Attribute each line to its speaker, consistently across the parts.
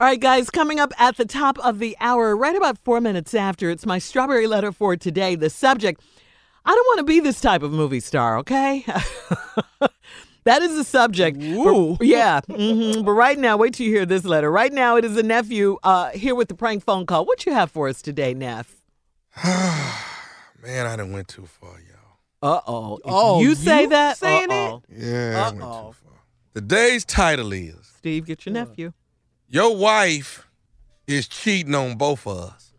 Speaker 1: All right, guys, coming up at the top of the hour, right about four minutes after, it's my strawberry letter for today. The subject I don't want to be this type of movie star, okay? that is the subject.
Speaker 2: Ooh.
Speaker 1: But- yeah. hmm But right now, wait till you hear this letter. Right now, it is a nephew uh, here with the prank phone call. What you have for us today, Neff?
Speaker 3: Man, I done went too far, y'all.
Speaker 1: Uh oh.
Speaker 2: Oh,
Speaker 1: you say
Speaker 2: you
Speaker 1: that?
Speaker 2: saying it?
Speaker 1: uh-oh.
Speaker 3: Yeah, I went too
Speaker 1: Uh-oh.
Speaker 3: far. Today's title is
Speaker 1: Steve, get your nephew.
Speaker 3: Your wife is cheating on both of us.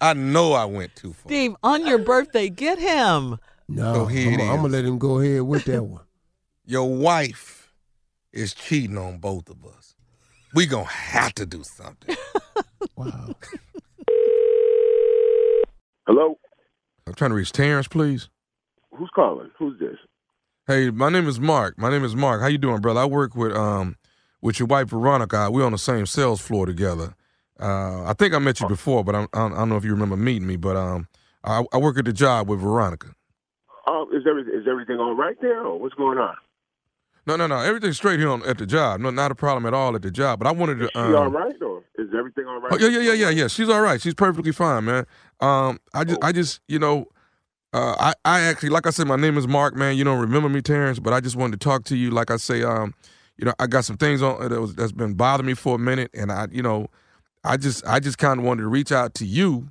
Speaker 3: I know I went too far.
Speaker 1: Steve, on your birthday, get him.
Speaker 4: No,
Speaker 3: So here
Speaker 4: I'm,
Speaker 3: it is.
Speaker 4: gonna let him go ahead with that one.
Speaker 3: Your wife is cheating on both of us. We gonna have to do something.
Speaker 4: Wow.
Speaker 5: Hello,
Speaker 3: I'm trying to reach Terrence, please.
Speaker 5: who's calling? Who's this?
Speaker 3: Hey, my name is Mark. My name is Mark. How you doing, brother? I work with um with your wife Veronica. We on the same sales floor together. Uh, I think I
Speaker 5: Oh.
Speaker 3: met you before, but I'm, I don't- I don't know if you remember meeting me. But um, I, I work at the job with Veronica.
Speaker 5: Um, is every is everything all right there, or what's going on?
Speaker 3: No, no, no. Everything's straight here on, at the job. No, not a problem at all at the job. But I wanted to.
Speaker 5: Is she
Speaker 3: um,
Speaker 5: all right, or is everything all right?
Speaker 3: Oh, yeah, yeah, yeah, yeah, yeah. She's all right. She's perfectly fine, man. Um, I just, I just, you know, uh, I, I actually, like I said, my name is Mark, man. You don't remember me, Terrence, but I just wanted to talk to you. Like I say, um, you know, I got some things on uh, that was, that's been bothering me for a minute, and I, you know, I just, I just kind of wanted to reach out to you,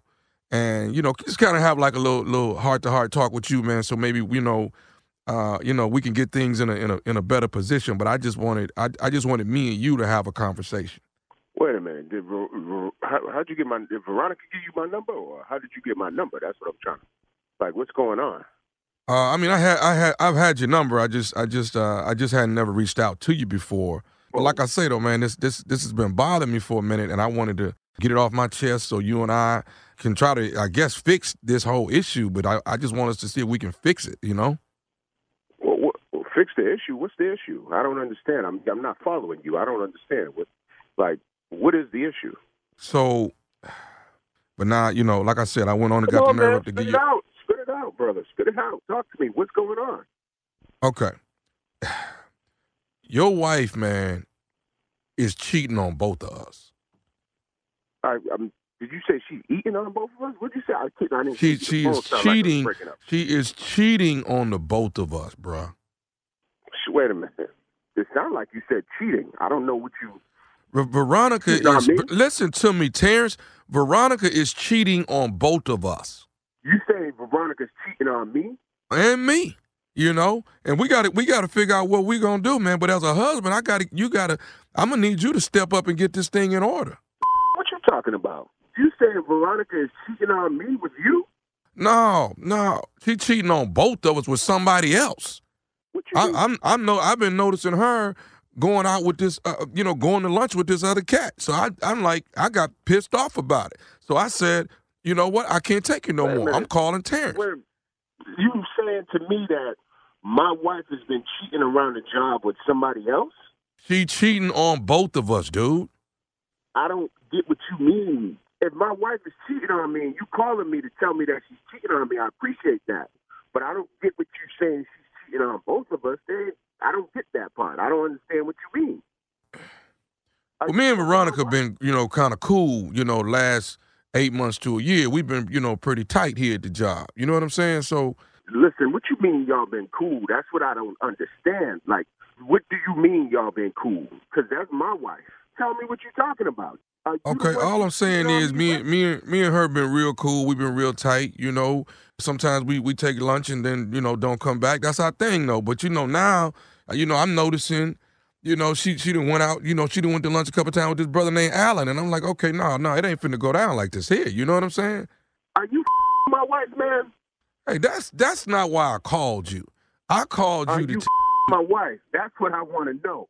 Speaker 3: and you know, just kind of have like a little, little heart to heart talk with you, man. So maybe, you know. Uh, you know, we can get things in a in a in a better position, but I just wanted I, I just wanted me and you to have a conversation.
Speaker 5: Wait a minute. Did Ver, Ver, how, how'd you get my? Did Veronica give you my number, or how did you get my number? That's what I'm trying to. Like, what's going on?
Speaker 3: Uh, I mean, I had, I had, I've had your number. I just, I just, uh, I just hadn't never reached out to you before. But like I say though, man, this, this, this has been bothering me for a minute, and I wanted to get it off my chest so you and I can try to, I guess, fix this whole issue. But I, I just want us to see if we can fix it. You know?
Speaker 5: Well, what, well, fix the issue. What's the issue? I don't understand. I'm I'm not following you. I don't understand. What, like, what is the issue?
Speaker 3: So, but now, you know, like I said, I went on and
Speaker 5: Come
Speaker 3: got
Speaker 5: on,
Speaker 3: the nerve
Speaker 5: man.
Speaker 3: up to
Speaker 5: Spit
Speaker 3: give
Speaker 5: it
Speaker 3: you.
Speaker 5: out. Spit it out, brother. Spit it out. Talk to me. What's going on?
Speaker 3: Okay. Your wife, man, is cheating on both of us.
Speaker 5: I, I'm. Did you say she's eating on both of us? What'd you say? I, couldn't- I didn't.
Speaker 3: She,
Speaker 5: the
Speaker 3: she
Speaker 5: phone
Speaker 3: is
Speaker 5: sound like it was
Speaker 3: cheating.
Speaker 5: breaking up.
Speaker 3: She is cheating on the both of us, bruh.
Speaker 5: Sh- Wait a minute. It sounds like you said cheating. I don't know what you.
Speaker 3: Ver- Veronica
Speaker 5: You know what
Speaker 3: is.
Speaker 5: I mean?
Speaker 3: Listen to me, Terrence. Veronica is cheating on both of us
Speaker 5: You saying Veronica's cheating on me?
Speaker 3: and me. You know, and we got to we got to figure out what we gonna do, man. But as a husband, I got to you got to. I'm gonna need you to step up and get this thing in order.
Speaker 5: What you talking about? You saying Veronica is cheating on me with you?
Speaker 3: No, no, she cheating on both of us with somebody else.
Speaker 5: What you?
Speaker 3: I,
Speaker 5: mean?
Speaker 3: I'm I'm no. I've been noticing her going out with this, uh, you know, going to lunch with this other cat. So I I'm like I got pissed off about it. So I said, you know what? I can't take it no
Speaker 5: Wait a
Speaker 3: more. I'm
Speaker 5: minute.
Speaker 3: calling Terrence.
Speaker 5: Wait a minute. you saying to me that my wife has been cheating around the job with somebody else?
Speaker 3: She cheating on both of us, dude.
Speaker 5: I don't get what you mean. If my wife is cheating on me and you calling me to tell me that she's cheating on me, I appreciate that. But I don't get what you saying she's cheating on both of us. They, I don't get that part. I don't understand what you mean.
Speaker 3: Well, me and Veronica been, you know, kind of cool, you know, last eight months to a year. We've been, you know, pretty tight here at the job. You know what I'm saying? So
Speaker 5: Listen, what you mean y'all been cool? That's what I don't understand. Like, what do you mean y'all been cool? Because that's my wife. Tell me what you're talking about. Are you the
Speaker 3: okay,
Speaker 5: one
Speaker 3: all I'm
Speaker 5: who's
Speaker 3: saying
Speaker 5: cheating on
Speaker 3: is
Speaker 5: me
Speaker 3: me,
Speaker 5: with?
Speaker 3: and me, and me and her been real cool. We've been real tight. You know, sometimes we we take lunch and then you know don't come back. That's our thing though. But you know now, uh, you know I'm noticing. You know, she she done went out, you know, she done went to lunch a couple times with this brother named Allen. And I'm like, okay, no, no, it ain't finna go down like this here. You know what I'm saying?
Speaker 5: Are you my wife, man?
Speaker 3: Hey, that's that's not why I called you. I called
Speaker 5: Are
Speaker 3: you to.
Speaker 5: you
Speaker 3: T-
Speaker 5: my wife? That's what I want to know.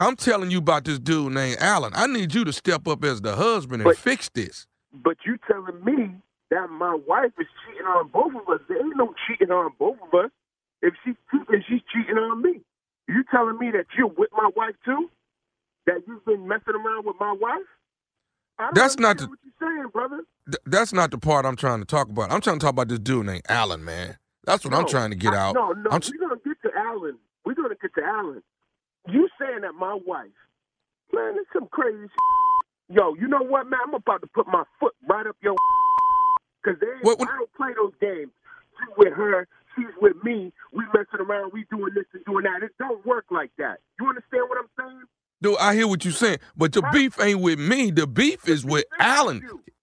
Speaker 3: I'm telling you about this dude named Allen. I need you to step up as the husband and
Speaker 5: But-
Speaker 3: fix this.
Speaker 5: But you telling me that my wife is cheating on both of us. There ain't no cheating on both of us. If she's cheating, she's cheating on me. You telling me that you're with my wife too? That you've been messing around with my wife? I don't
Speaker 3: That's not
Speaker 5: understand what you're saying, brother.
Speaker 3: Th- that's not the part I'm trying to talk about. I'm trying to talk about this dude named Allen, man. That's what I'm
Speaker 5: No,
Speaker 3: trying to get
Speaker 5: I-
Speaker 3: out.
Speaker 5: No, no,
Speaker 3: I'm s-
Speaker 5: we're gonna get to Allen. We're gonna get to Allen. You saying that my wife Man, it's some crazy shit. Yo, you know what, man? I'm about to put my foot right up your because they ain't-
Speaker 3: What- what-
Speaker 5: I don't play those games. She's with her, she's with me. We messing around, we doing this and doing that. It don't work like that. You understand what I'm saying?
Speaker 3: Dude, I hear what you're saying, but the beef ain't with me. The beef is with Alan.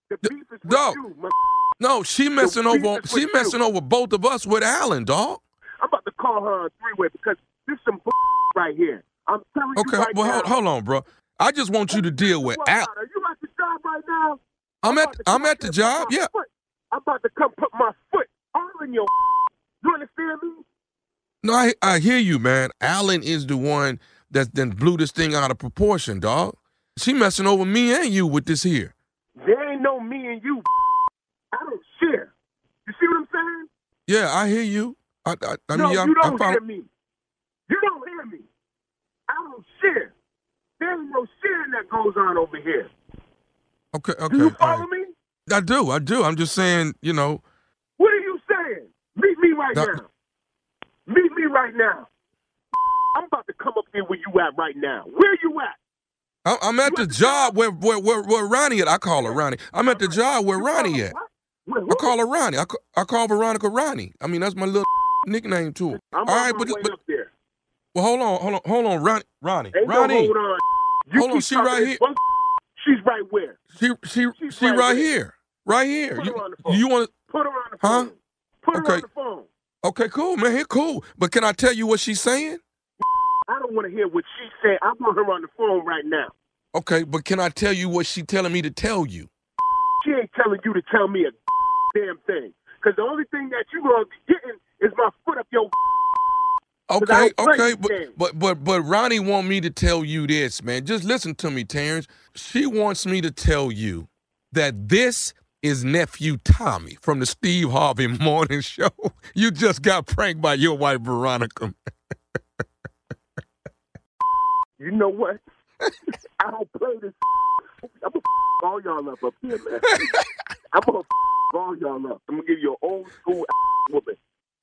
Speaker 5: The
Speaker 3: D-
Speaker 5: beef is with
Speaker 3: dog.
Speaker 5: you, my
Speaker 3: No, she messing
Speaker 5: beef
Speaker 3: over. on-
Speaker 5: is
Speaker 3: She
Speaker 5: with you.
Speaker 3: messing over both of us with Alan, dog.
Speaker 5: I'm about to call her on three way because this some bull right here. I'm telling
Speaker 3: Okay,
Speaker 5: you right
Speaker 3: well,
Speaker 5: now.
Speaker 3: hold, hold on, bro. I just want you to deal with
Speaker 5: What,
Speaker 3: Al.
Speaker 5: Are you at the job right now?
Speaker 3: I'm at
Speaker 5: about to
Speaker 3: I'm
Speaker 5: come
Speaker 3: at
Speaker 5: here
Speaker 3: the
Speaker 5: and put
Speaker 3: job.
Speaker 5: my
Speaker 3: Yeah,
Speaker 5: foot- I'm about to come put my foot all in your. You understand me?
Speaker 3: no, I I hear you, man. Alan is the one that then blew this thing out of proportion, dog. She messing over me and you with this here.
Speaker 5: There ain't no me and you. I don't share. You see what I'm saying?
Speaker 3: Yeah, I hear you. I I, I
Speaker 5: no,
Speaker 3: mean, I,
Speaker 5: you don't
Speaker 3: I follow-
Speaker 5: hear me. You don't hear me. I don't share. There ain't no sharing that goes on over here.
Speaker 3: Okay, okay.
Speaker 5: Do you
Speaker 3: all right.
Speaker 5: follow me?
Speaker 3: I do, I do. I'm just saying, you know,
Speaker 5: What are you saying? Meet me right
Speaker 3: No.
Speaker 5: now. Meet me right now. I'm about to come up there where you at right now. Where you at?
Speaker 3: I'm, I'm at the job where where where, where Ronnie at. I call her Ronnie. I'm at the job where
Speaker 5: You
Speaker 3: Ronnie
Speaker 5: call-
Speaker 3: at.
Speaker 5: what? Where, who?
Speaker 3: I call her Ronnie. I, ca- I call Veronica Ronnie. I mean, that's my little nickname to her. All
Speaker 5: I'm on
Speaker 3: right,
Speaker 5: my
Speaker 3: but,
Speaker 5: way
Speaker 3: but
Speaker 5: up there.
Speaker 3: well, hold on, hold on, hold on, Ronnie, Ronnie,
Speaker 5: Ain't no
Speaker 3: Ronnie.
Speaker 5: hold on. You
Speaker 3: Hold on,
Speaker 5: keep
Speaker 3: she right
Speaker 5: talking
Speaker 3: here.
Speaker 5: this She's right where?
Speaker 3: She she
Speaker 5: She's
Speaker 3: she
Speaker 5: right
Speaker 3: right
Speaker 5: there.
Speaker 3: here, right here.
Speaker 5: Put her on
Speaker 3: You,
Speaker 5: the phone.
Speaker 3: you want to?
Speaker 5: Put her on the
Speaker 3: Huh?
Speaker 5: phone. Put her
Speaker 3: Okay.
Speaker 5: on the phone.
Speaker 3: Okay, cool, man. Here, cool. But can I tell you what she's saying?
Speaker 5: I don't want to hear what she said. I want her on the phone right now.
Speaker 3: Okay, but can I tell you what she telling me to tell you?
Speaker 5: She ain't telling you to tell me a damn thing. Because the only thing that you going to be getting is my foot up your
Speaker 3: Okay,
Speaker 5: I don't play
Speaker 3: okay,
Speaker 5: these
Speaker 3: but,
Speaker 5: games.
Speaker 3: but but but Ronnie want me to tell you this, man. Just listen to me, Terrence. She wants me to tell you that this is nephew Tommy from the Steve Harvey Morning Show. You just got pranked by your wife Veronica.
Speaker 5: You know what? I don't play this. I'm gonna all y'all up up here, man. I'm gonna all y'all up. I'm gonna give you an old school woman.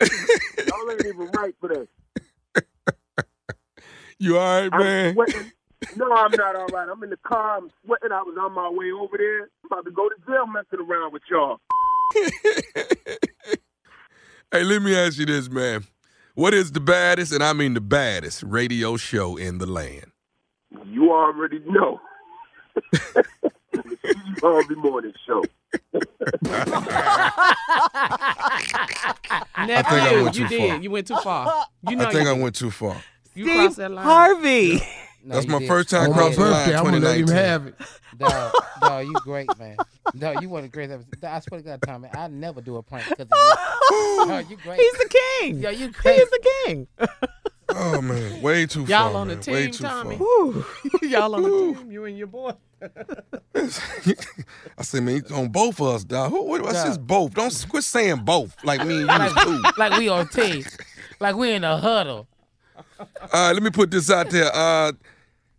Speaker 5: y'all ain't even right for that.
Speaker 3: You all right,
Speaker 5: I'm
Speaker 3: man?
Speaker 5: sweating. No, I'm not all right. I'm in the car. I'm sweating. I was on my way over there. I'm about to go to jail messing around with y'all.
Speaker 3: Hey, let me ask you this, man. What is the baddest, and I mean the baddest, radio show in the land?
Speaker 5: You already know. All the morning show.
Speaker 2: Nephew,
Speaker 3: I went
Speaker 2: you
Speaker 3: too
Speaker 2: did.
Speaker 3: far.
Speaker 2: You went too far. You know
Speaker 3: I think
Speaker 2: you,
Speaker 3: I went too far.
Speaker 2: you
Speaker 1: Steve
Speaker 2: crossed that line.
Speaker 1: Harvey.
Speaker 6: No,
Speaker 3: That's
Speaker 6: you
Speaker 3: my
Speaker 6: didn't.
Speaker 3: first time
Speaker 4: On my
Speaker 3: crossing the line.
Speaker 4: birthday, I'm gonna let him
Speaker 3: 2019.
Speaker 4: have it.
Speaker 6: No, no, you great, man. No, you want a great episode. I swear to God, Tommy, I never do a prank because of you. No, you great.
Speaker 1: He's the king.
Speaker 6: Yo, you
Speaker 1: He
Speaker 6: great.
Speaker 1: is the king.
Speaker 3: Oh man, way too far.
Speaker 2: Y'all on the
Speaker 3: man. Way
Speaker 2: team,
Speaker 3: too
Speaker 2: Tommy.
Speaker 3: far.
Speaker 1: Whew.
Speaker 2: Y'all on the team. You and your boy.
Speaker 3: I said, man, it's on both of us, dog. Who, what, what's
Speaker 6: Dog.
Speaker 3: this both? Don't s- quit saying both. Like me and you is cool.
Speaker 6: Like we on team. Like we in a huddle.
Speaker 3: Uh, let me put this out there. Uh,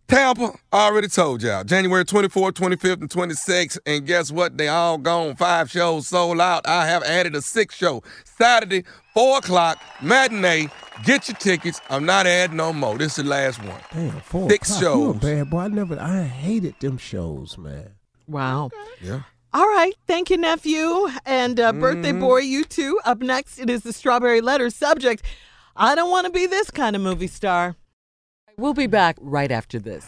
Speaker 3: Tampa, I already told y'all, January 24th, 25th, and 26th. And guess what? They all gone. Five shows sold out. I have added a sixth show. Saturday, 4 o'clock, matinee. Get your tickets. I'm not adding no more. This is the last one.
Speaker 4: Damn, four
Speaker 3: Six
Speaker 4: o'clock. You a
Speaker 3: shows.
Speaker 4: bad boy. I never. I hated them shows, man.
Speaker 1: Wow.
Speaker 3: Yeah.
Speaker 1: All right. Thank you, nephew. And uh, birthday boy, you too. Up next, it is the strawberry letter subject. I don't want to be this kind of movie star. We'll be back right after this.